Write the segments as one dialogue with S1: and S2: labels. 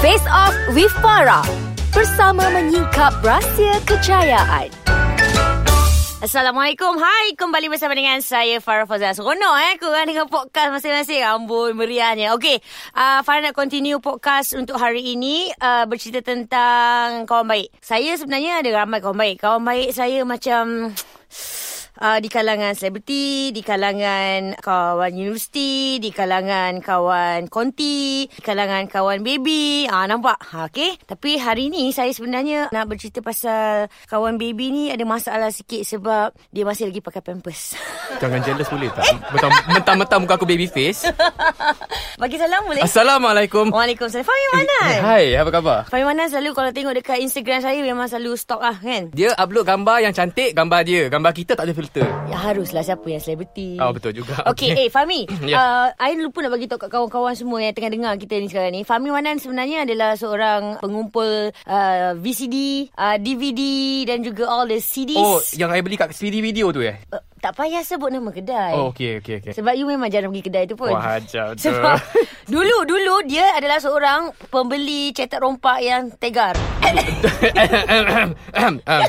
S1: Face Off with Farah bersama menyingkap rahsia kejayaan.
S2: Assalamualaikum. Hai, kembali bersama dengan saya Farah Fauzan. Seronok eh korang dengan podcast masing-masing. Amboi meriahnya. Okey, uh, Farah nak continue podcast untuk hari ini uh, bercerita tentang kawan baik. Saya sebenarnya ada ramai kawan baik. Kawan baik saya macam uh, di kalangan selebriti, di kalangan kawan universiti, di kalangan kawan konti, di kalangan kawan baby. Ah uh, nampak. Ha okey. Tapi hari ni saya sebenarnya nak bercerita pasal kawan baby ni ada masalah sikit sebab dia masih lagi pakai pampers.
S3: Jangan jealous boleh tak?
S2: Eh.
S3: Mentang- Mentah-mentah muka aku baby face.
S2: Bagi salam boleh?
S3: Assalamualaikum. Eh,
S2: Waalaikumsalam. Fahmi Manan.
S3: Hai, apa khabar?
S2: Fahmi Manan selalu kalau tengok dekat Instagram saya memang selalu stok lah kan.
S3: Dia upload gambar yang cantik, gambar dia. Gambar kita tak ada filter.
S2: Ya haruslah siapa yang selebriti.
S3: Oh, betul juga.
S2: Okey, okay. eh Fahmi,
S3: Ya.
S2: yeah. uh, I lupa nak bagi tahu kat kawan-kawan semua yang tengah dengar kita ni sekarang ni. Fahmi Wanan sebenarnya adalah seorang pengumpul uh, VCD, uh, DVD dan juga all the CDs.
S3: Oh, yang I beli kat CD video tu eh?
S2: uh, tak payah sebut nama kedai.
S3: Oh, okey, okey, okey.
S2: Sebab you memang jarang pergi kedai tu pun.
S3: Wah, ajar tu.
S2: Sebab dulu dulu dia adalah seorang pembeli cetak rompak yang tegar.
S3: Ah,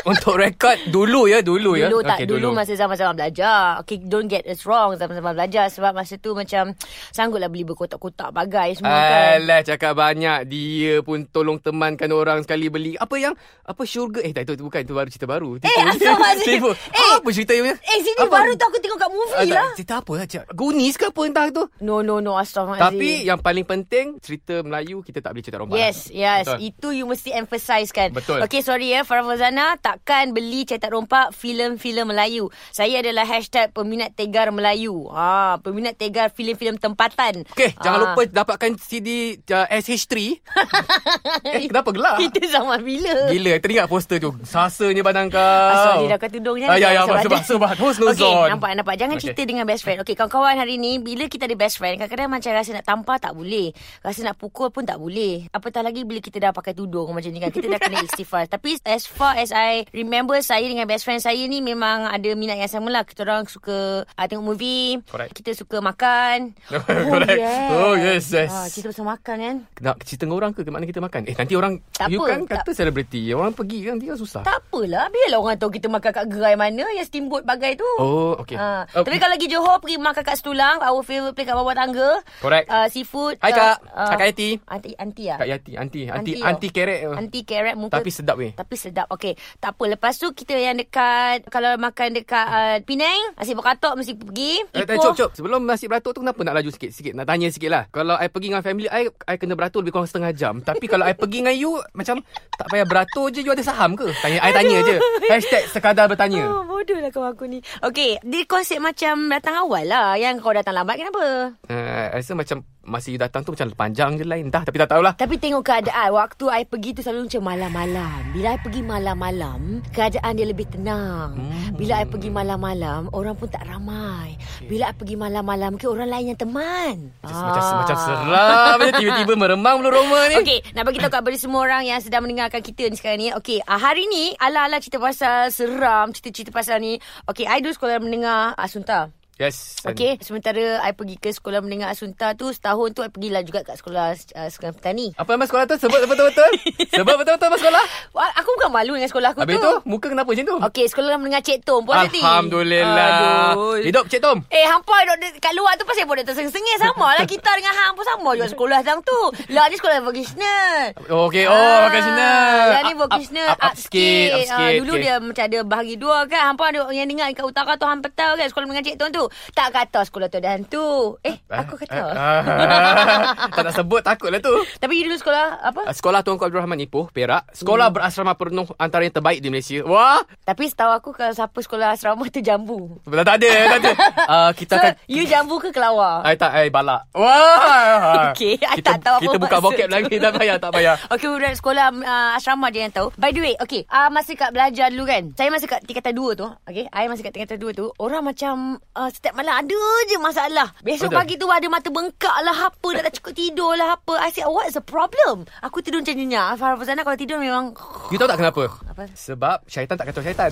S3: Untuk rekod dulu ya, dulu ya.
S2: Dulu tak
S3: Okey,
S2: okay, dulu, dulu masa zaman-zaman belajar Okay don't get us wrong Zaman-zaman belajar Sebab masa tu macam Sanggutlah beli berkotak-kotak Bagai semua kan
S3: Alah cakap banyak Dia pun tolong temankan orang sekali beli Apa yang Apa syurga Eh tak itu, itu bukan Itu baru cerita baru Tipu.
S2: Astaghfirullahalazim.
S3: Tipu.
S2: Eh,
S3: Apa cerita yang
S2: Eh sini
S3: Apa?
S2: baru tu aku tengok kat
S3: Ah,
S2: movie
S3: tak,
S2: lah
S3: Cerita apa lah cak Goonies ke apa entah tu
S2: No no no Astaghfirullahaladzim
S3: Tapi yang paling penting Cerita Melayu Kita tak boleh cerita rompak
S2: Yes, yes. Betul.
S3: Betul.
S2: Itu you mesti emphasizekan.
S3: Betul.
S2: Okay, sorry ya. Farah Fauzana takkan beli cetak rompak filem-filem Melayu. Saya adalah hashtag peminat tegar Melayu. Ha, peminat tegar filem-filem tempatan.
S3: Okay
S2: Ah.
S3: Jangan lupa dapatkan CD uh, SH3 Eh kenapa gelap
S2: Kita zaman bila?
S3: Gila teringat poster tu Sasanya badan kau
S2: Ah, sorry dah kat tudung
S3: Ah, Ya ya
S2: Sebab-
S3: sebab Sebab Husnuzon
S2: Okey, nampak nampak. Jangan okay.
S3: Okey.
S2: cerita dengan best friend. Okey, kawan-kawan hari ni bila kita ada best friend, kadang-kadang macam rasa nak tampar tak boleh. Rasa nak pukul pun tak boleh. Apatah lagi bila kita dah pakai tudung macam ni kan. Kita dah kena istighfar. Tapi as far as I remember saya dengan best friend saya ni memang ada minat yang sama lah. Kita orang suka uh, tengok movie.
S3: Correct.
S2: Kita suka makan.
S3: Correct. Oh, yes, yes.
S2: Ah, cerita pasal makan kan.
S3: Nak cerita dengan orang ke Kemana kita makan Eh nanti orang
S2: Tak
S3: You
S2: apa,
S3: kan kata selebriti Orang pergi kan Dia susah
S2: Tak apalah. Biarlah orang tahu kita makan kat gerai mana yang steamboat bagai tu.
S3: Oh okay
S2: Ha.
S3: Oh,
S2: Tapi kalau pergi Johor Pergi makan kat Setulang Our favourite place kat bawah tangga
S3: Correct.
S2: uh, Seafood uh,
S3: Hai kak Kak Yati
S2: Anti, anti lah
S3: Kak Yati Anti Anti
S2: Aunty
S3: Anti
S2: tau.
S3: kerek
S2: Anti carrot muka
S3: Tapi sedap weh
S2: Tapi sedap Okay Tak apa Lepas tu kita yang dekat Kalau makan dekat uh, Penang Nasi berkatok mesti pergi
S3: Eh, tak, cop, cop. Sebelum nasi beratur tu kenapa nak laju sikit-sikit? Nak tanya sikit lah. Kalau I pergi dengan family, I, I kena beratur lebih kurang setengah jam. Tapi kalau I pergi dengan you, macam tak payah beratur je, you ada saham ke? Tanya, I tanya je. Hashtag sekadar bertanya.
S2: Oh, bodoh lah kau aku ni Okay Dia konsep macam Datang awal lah Yang kau datang lambat Kenapa
S3: Uh, I rasa macam masa you datang tu macam panjang je lain. Dah, tapi tak tahulah.
S2: Tapi tengok keadaan Waktu I pergi tu selalu macam malam-malam Bila I pergi malam-malam Keadaan dia lebih tenang
S3: Hmm.
S2: Bila I pergi malam-malam Orang pun tak ramai Bila I pergi malam-malam Mungkin orang lain yang teman Ah.
S3: Macam, macam, macam seram je tiba-tiba meremang bulu roma ni.
S2: Okey, nak bagi tahu kepada semua orang yang sedang mendengarkan kita ni sekarang ni. Okey, uh, hari ni ala-ala cerita pasal seram, cerita-cerita pasal ni. Okey, I dulu sekolah mendengar Asunta.
S3: Yes.
S2: Okey, sementara I pergi ke sekolah mendengar Asunta tu setahun tu I pergilah juga kat sekolah uh, sekolah petani.
S3: Apa nama sekolah tu? Sebut betul-betul. Sebut betul-betul nama sekolah.
S2: Wah, Aku bukan malu dengan sekolah aku
S3: Habis
S2: tu.
S3: tu, muka kenapa macam tu?
S2: Okey, sekolah mendengar Cik Tom. Puas hati.
S3: Alhamdulillah.
S2: Aduh.
S3: Hidup Cik Tom.
S2: Eh, hampa duduk de- kat luar tu pasal pun dah tersengih-sengih. Sama lah kita dengan hang pun sama juga sekolah tang tu. Lah ni sekolah vocational.
S3: Oh, okey. Oh,
S2: Ah,
S3: vocational.
S2: Lah ni
S3: Up-
S2: vocational.
S3: up- up- up sikit, up
S2: Ah,
S3: sikit.
S2: Dulu
S3: Okey.
S2: dia macam ada bahagi dua kan. Hampa ada yang dengar kat utara tu hampa tahu kan sekolah dengan Cik Tom tu. Tak kata sekolah tu ada hantu. Eh, aku kata.
S3: ah. tak nak sebut takutlah tu. Ah,
S2: Tapi you dulu sekolah apa?
S3: Sekolah Tuanku Abdul Rahman Ipoh, Perak.
S2: Hmm.
S3: Sekolah berasrama penuh antara yang terbaik di Malaysia. Wah,
S2: Tapi setahu aku kalau siapa sekolah asrama tu jambu.
S3: dah tak ada, tak ada. Uh, kita
S2: So,
S3: akan...
S2: you jambu ke kelawar?
S3: Ai tak, ai balak. Wah.
S2: Okey, I
S3: ah, kita,
S2: tak tahu apa
S3: Kita buka
S2: maksud
S3: bokep
S2: tu.
S3: lagi, tak payah, tak payah.
S2: Okey, budak sekolah uh, asrama dia yang tahu. By the way, okey, uh, masa kat belajar dulu kan. Saya masa kat tingkatan 2 tu, okey. Saya masa kat tingkatan 2 tu, orang macam uh, setiap malam ada je masalah. Besok
S3: Betul.
S2: pagi tu ada mata bengkak lah apa, tak, tak cukup tidur lah apa. I said, what's the problem? Aku tidur macam nyenyak. Farah Fazana kalau tidur memang
S3: You tahu tak kenapa?
S2: Apa?
S3: Sebab syaitan tak kata syaitan.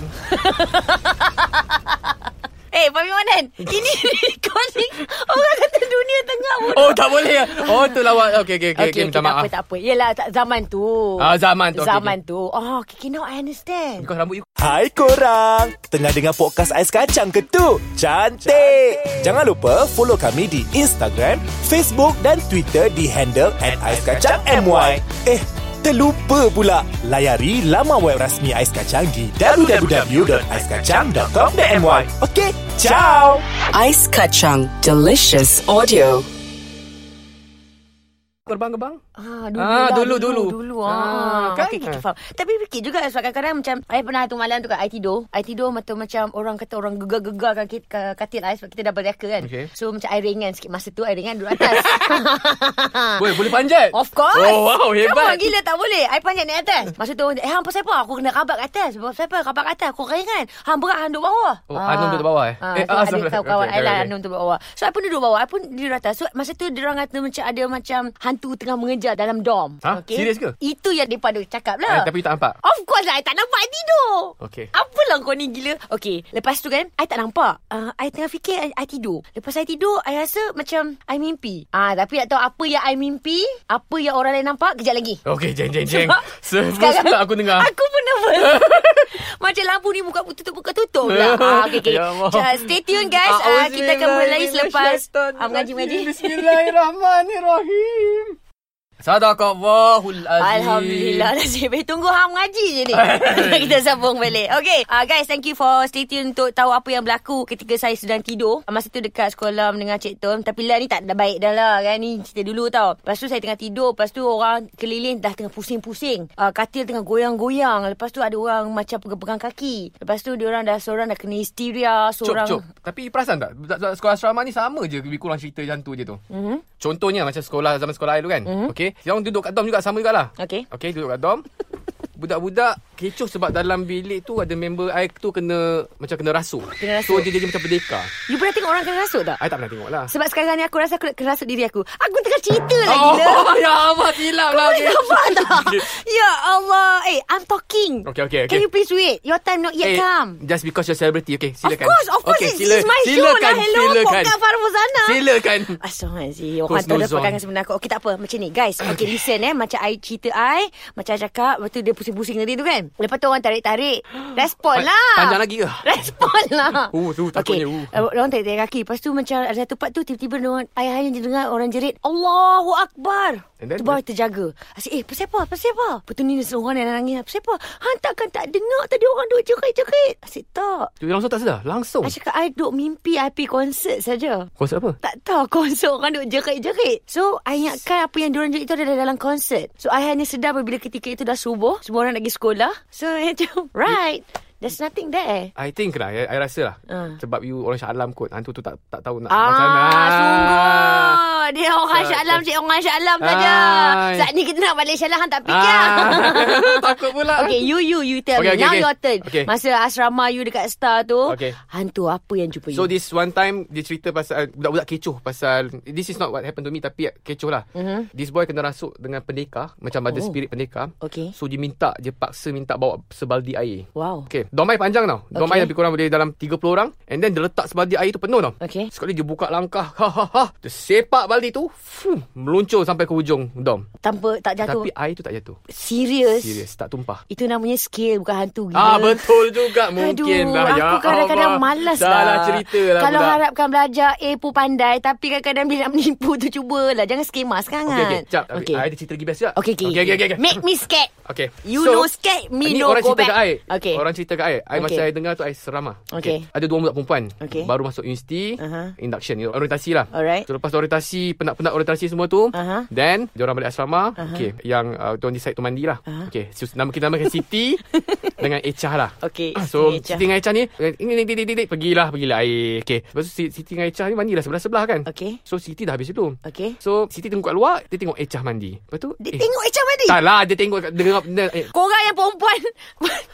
S2: Eh, Eh, Fahmi Manan. Ini recording. Orang kata dunia tengah pun.
S3: Oh tak boleh Oh tu lawak Okay okay okay,
S2: Okay, okay,
S3: minta
S2: tak
S3: maaf
S2: apa, tak apa. Yelah, tak, zaman tu.
S3: Ah, zaman tu, okay,
S2: Zaman tu. Oh, okay, okay, now I understand.
S3: Because rambut you
S4: Hai korang, tengah dengar podcast Ais Kacang ke tu? Cantik! Jangan lupa follow kami di Instagram, Facebook dan Twitter di handle at Ais Kacang MY. Eh, terlupa pula. Layari laman web rasmi Ais Kacang di www.aiskacang.com.my Okey, ciao!
S5: Ice Kachang. Delicious audio.
S3: Terbang-gebang
S2: Ah, dulu,
S3: Ah,
S2: lah,
S3: dulu,
S2: dulu.
S3: dulu.
S2: Dulu, ah.
S3: Ah, kan?
S2: kan? Okay, okay, faham. Tapi fikir juga sebab kadang-kadang macam, I pernah tu malam tu kan, I tidur. I tidur macam, macam orang kata orang gegar-gegar kan kit- ke- katil I sebab kita double decker kan.
S3: Okay.
S2: So, macam I ringan sikit. Masa tu, I ringan duduk atas.
S3: Boleh boleh panjat
S2: Of course
S3: Oh wow
S2: Come on,
S3: hebat
S2: gila tak boleh I panjat naik atas Masa tu orang Eh hang pasal apa Aku kena rabak kat atas Pasal apa rabak kat atas Aku keringan Hang berat hang duduk bawah
S3: Oh, Hanum duduk bawah, eh?
S2: ah,
S3: Eh,
S2: eh
S3: ah,
S2: Ada
S3: sorry.
S2: kawan-kawan
S3: Okay,
S2: I lah
S3: okay,
S2: Hanum duduk bawah So I pun duduk bawah I pun duduk atas So masa tu Diorang kata macam Ada macam Hantu tengah mengejar Dalam dom
S3: Ha? Serius ke?
S2: Itu yang mereka cakap
S3: Eh,
S2: lah
S3: Tapi you tak nampak
S2: Of course lah I tak nampak I tidur
S3: Okay.
S2: Apalah kau ni gila Okay Lepas tu kan I tak nampak uh, I tengah fikir I, I tidur Lepas I tidur I rasa macam I mimpi Ah, Tapi tak tahu apa yang I mimpi Apa yang orang lain nampak Kejap lagi
S3: Okay jeng jeng jeng
S2: Sebab
S3: Semua tak aku dengar
S2: Aku pun nervous Macam lampu ni Buka tutup Buka tutup pula ah, okay, okay.
S3: Ya Allah.
S2: Ja, Stay tune guys ah, Kita akan mulai selepas ah, Mengaji-mengaji
S3: Bismillahirrahmanirrahim Sadaqallahul azim
S2: Alhamdulillah nasib baik Tunggu Ham ngaji je ni Kita sambung balik Okay uh, Guys thank you for stay tune Untuk tahu apa yang berlaku Ketika saya sedang tidur Ah, Masa tu dekat sekolah Mendengar Cik Tom Tapi lah ni tak dah baik dah lah kan Ni cerita dulu tau Lepas tu saya tengah tidur Lepas tu orang keliling Dah tengah pusing-pusing uh, Katil tengah goyang-goyang Lepas tu ada orang Macam pegang-pegang kaki Lepas tu diorang dah Seorang dah kena histeria
S3: Cop,
S2: Seorang
S3: cop. Tapi perasan tak? Budak- budak Sekolah asrama ni sama je lebih kurang cerita macam tu je tu. Mm-hmm.
S2: Mhm.
S3: Contohnya macam sekolah zaman sekolah saya dulu kan. Mm-hmm. Okey, dia orang duduk kat dom juga sama jugalah.
S2: Okey.
S3: Okey, duduk kat dom. Budak-budak kecoh sebab dalam bilik tu ada member I tu kena macam kena rasuk.
S2: Kena rasuk.
S3: So dia jadi macam pendekar.
S2: You pernah tengok orang kena rasuk tak?
S3: I tak pernah tengok lah.
S2: Sebab sekarang ni aku rasa Aku nak kerasuk diri aku Aku tengah cerita lah
S3: oh,
S2: gila
S3: ya Allah, silap lah.
S2: Boleh
S3: okey.
S2: nampak tak? ya Allah. Eh, I'm talking.
S3: Okay, okay, okay.
S2: Can you please wait? Your time not yet
S3: Eh,
S2: come.
S3: Just because you're celebrity Okay
S2: Of
S3: silakan
S2: course, of course.
S3: okay,
S2: Okay, it's, it's my show lah. Hello, Pokat Farah Fuzana.
S3: Silakan
S2: Astaghfirullahaladzim Orang tahu dah
S3: Husnuzon.
S2: pegangan sebenarnya aku Okey tak apa Macam ni guys Okey listen eh Macam I cerita I Macam I cakap Lepas tu dia pusing-pusing tadi tu kan Lepas tu orang tarik-tarik Respon
S3: Pa-
S2: lah
S3: panjang lagi ke?
S2: Respon lah
S3: Uh, tu takutnya, uh.
S2: uh, Orang tarik-tarik kaki Lepas tu macam Ada satu part tu Tiba-tiba diorang- I hanya je dengar orang jerit Allahu Akbar
S3: And then-
S2: Tu baru I terjaga Asyik eh pasal apa Pasal apa Lepas tu ni seorang yang nangis Pasal apa Hang takkan tak dengar Tadi orang duk jerit-jerit Asyik tak
S3: Tu langsung tak sedar Langsung
S2: I cakap I duk mimpi I pergi konsert saja
S3: Konsep apa?
S2: tak tahu konsert orang duk jerit-jerit. So, I ingatkan apa yang diorang jerit itu adalah dalam konsert. So, I hanya sedar bila ketika itu dah subuh. Semua orang nak pergi sekolah. So, I macam, right. There's nothing there.
S3: I think lah I, I rasa lah
S2: Ah.
S3: Sebab you orang Shah Alam kot Hantu tu tak tak tahu nak
S2: Ah,
S3: macam mana
S2: sungguh. Dia orang
S3: Tak,
S2: Shah Alam,
S3: tak.
S2: cik orang Shah Alam saja.
S3: Hai.
S2: Saat ni kita nak balik Shah Alam, hang tak fikir. lah.
S3: Ah. Takut pula
S2: Okay, you, you, you tell
S3: Okay,
S2: me.
S3: okay,
S2: Now
S3: okay.
S2: your turn.
S3: Okay.
S2: Masa asrama you dekat Star tu,
S3: Okay.
S2: hantu apa yang jumpa
S3: So
S2: you?
S3: this one time Dia cerita pasal Budak-budak kecoh Pasal This is not what happened to me Tapi kecoh lah
S2: Mhm.
S3: mm-hmm. This boy kena rasuk Dengan pendekar Macam ada spirit pendekar
S2: Oh. Okay.
S3: So dia minta Dia paksa minta bawa Sebaldi air
S2: Wow.
S3: Okay Domai panjang tau Domai
S2: Okay.
S3: lebih kurang boleh dalam 30 orang And then dia letak sebaldi air tu penuh tau
S2: Okay.
S3: Sekali dia buka langkah ha, ha, ha. Dia sepak baldi tu fuh, Meluncur sampai ke hujung dom
S2: Tanpa tak jatuh.
S3: Tapi air tu tak jatuh
S2: serius.
S3: Serius tak tumpah
S2: Itu namanya skill bukan hantu gila.
S3: Ah betul juga mungkin
S2: Aduh,
S3: lah ya
S2: aku kadang-kadang
S3: Allah.
S2: malas
S3: Dah
S2: lah.
S3: lah cerita lah
S2: Kalau
S3: budak.
S2: harapkan belajar A pun pandai, tapi kadang-kadang bila nak menipu tu cubalah. Jangan skema kan.
S3: Okay,
S2: sangat.
S3: okay, jap. Okay.
S2: Okay.
S3: Ada cerita lagi best juga.
S2: Okay, okay,
S3: okay, okay, okay, okay.
S2: Make me scared.
S3: okay.
S2: You no scared, me
S3: ni
S2: no
S3: orang
S2: go
S3: cerita
S2: back.
S3: Ke I.
S2: Okay.
S3: Orang cerita kat I. I okay. masa
S2: Okay.
S3: I dengar tu I seram lah.
S2: Okay.
S3: Ada dua budak perempuan.
S2: Okay.
S3: Baru masuk universiti.
S2: Aha.
S3: Induction. Orientasi lah.
S2: Alright. Uh-huh.
S3: So lepas orientasi, penat-penat orientasi semua tu.
S2: Aha.
S3: Then, diorang balik asrama.
S2: Uh-huh.
S3: Okay. Yang uh, diorang decide tu mandi lah. Okay. So, nama kita namakan Siti dengan Echah lah.
S2: Okay,
S3: So,
S2: Siti dengan Echah.
S3: Siti dengan Echah ni, eh, ini, ini, ini, ini, ini, pergilah, pergilah air. Okay. Lepas tu, Si- Siti dengan Echah ni mandi dah sebelah-sebelah kan.
S2: Okay.
S3: So, Siti dah habis dulu.
S2: Okay.
S3: So, Siti tengok kat luar, dia tengok Echah mandi. Lepas tu,
S2: Dia tengok macam tadi.
S3: tak lah, dia tengok kat dengar, dengar eh,
S2: Korang yang perempuan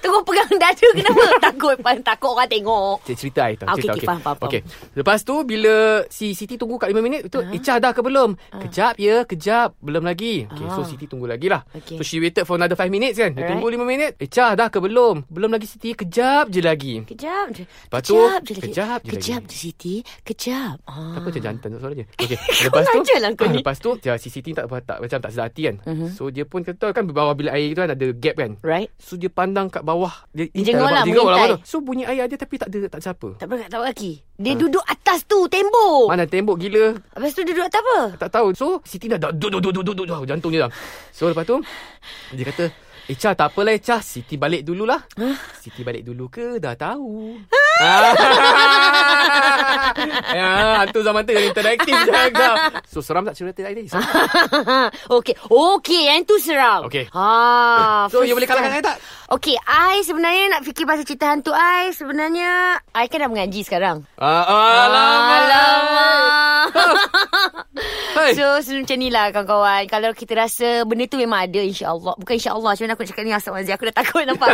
S2: Tengok pegang dada Kenapa takut Takut orang tengok
S3: Cik cerita I tau
S2: Ah,
S3: cerita,
S2: okey, okey, faham, faham, faham.
S3: Okey. Lepas tu bila si Siti tunggu kat 5 minit tu
S2: Ah.
S3: uh-huh. Icah dah ke belum? Kejap ya, kejap. Belum lagi. Okay,
S2: Ah.
S3: so Siti tunggu lagi lah.
S2: Okey.
S3: So she waited for another 5 minutes kan. Dia
S2: Alright.
S3: tunggu 5 minit. Icah dah ke belum? Belum lagi Siti. Kejap je lagi.
S2: Kejap je
S3: Lepas tu,
S2: Kejap je lagi
S3: kejap je lagi.
S2: Kejap je Siti Kejap ah.
S3: Apa macam jantan tu suaranya okay. Lepas tu
S2: ajar lah kau ni. Mhm.
S3: Lepas tu dia, Si Siti tak, tak Macam tak sedar hati kan uh-huh. So dia pun kata kan Bawah bilik air tu kan Ada gap kan
S2: Right
S3: So dia pandang kat bawah Dia,
S2: Dia jenguk lah,
S3: jenguk
S2: mengintai.
S3: tu. So bunyi air ada Tapi tak ada Tak ada siapa
S2: Tak berangkat tak kaki Dia
S3: Ah.
S2: duduk atas tu Tembok
S3: Mana tembok gila
S2: Lepas tu duduk atas apa
S3: Tak tahu So Siti dah Duduk duduk duduk duduk Jantung dia dah So lepas tu Dia kata Eh Chah tak apalah eh Chah Siti balik dululah Siti balik dulu ke Dah tahu Ah. Ya, hantu zaman tu yang interaktif jaga. So seram tak cerita tadi? Seram.
S2: Ah. Okey. Okey, yang tu seram.
S3: Okey.
S2: Ha.
S3: So
S2: first
S3: you boleh kalahkan kan?
S2: time.
S3: saya tak?
S2: Okey, I sebenarnya nak fikir pasal cerita hantu I sebenarnya I kan dah mengaji sekarang.
S3: Ah, alamak.
S2: Alamak.
S3: Hai.
S2: So so macam ni lah kawan-kawan Kalau kita rasa benda tu memang ada insyaAllah Bukan insyaAllah macam mana aku nak cakap ni Asal Wazi aku dah takut nampak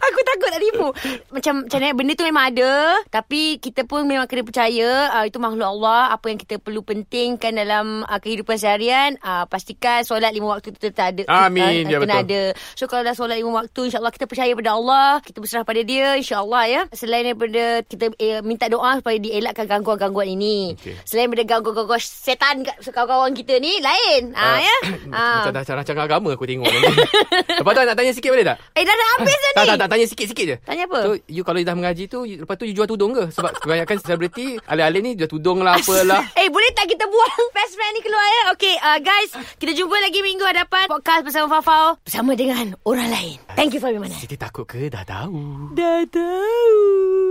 S2: Aku takut nak tipu Macam macam mana benda tu memang ada Tapi kita pun memang kena percaya uh, Itu makhluk Allah Apa yang kita perlu pentingkan dalam uh, kehidupan seharian uh, Pastikan solat lima waktu tu tetap ada
S3: Amin,
S2: uh,
S3: ya,
S2: Kena
S3: betul.
S2: ada So kalau dah solat lima waktu InsyaAllah kita percaya pada Allah Kita berserah pada dia InsyaAllah ya Selain daripada Kita eh, minta doa Supaya dielakkan gangguan-gangguan ini
S3: Okey.
S2: Selain daripada gangguan-gangguan Setan kat- kawan-kawan kita ni Lain ah, ya ah.
S3: Macam dah cara-cara agama aku tengok ni. Lepas tu I nak tanya sikit boleh tak?
S2: Eh dah dah habis dah
S3: Tak,
S2: ni
S3: tak, tak. Tanya sikit-sikit je.
S2: Tanya apa?
S3: So, you kalau you dah mengaji tu, you, lepas tu you jual tudung ke? Sebab kebanyakan selebriti, alih-alih ni jual tudung lah, apalah.
S2: Eh boleh tak kita buang Best friend ni keluar ya Okay uh, guys Kita jumpa lagi minggu hadapan Podcast bersama Fafau Bersama dengan orang lain Thank you for your mana
S3: Siti takut ke? Dah tahu.
S2: Dah tahu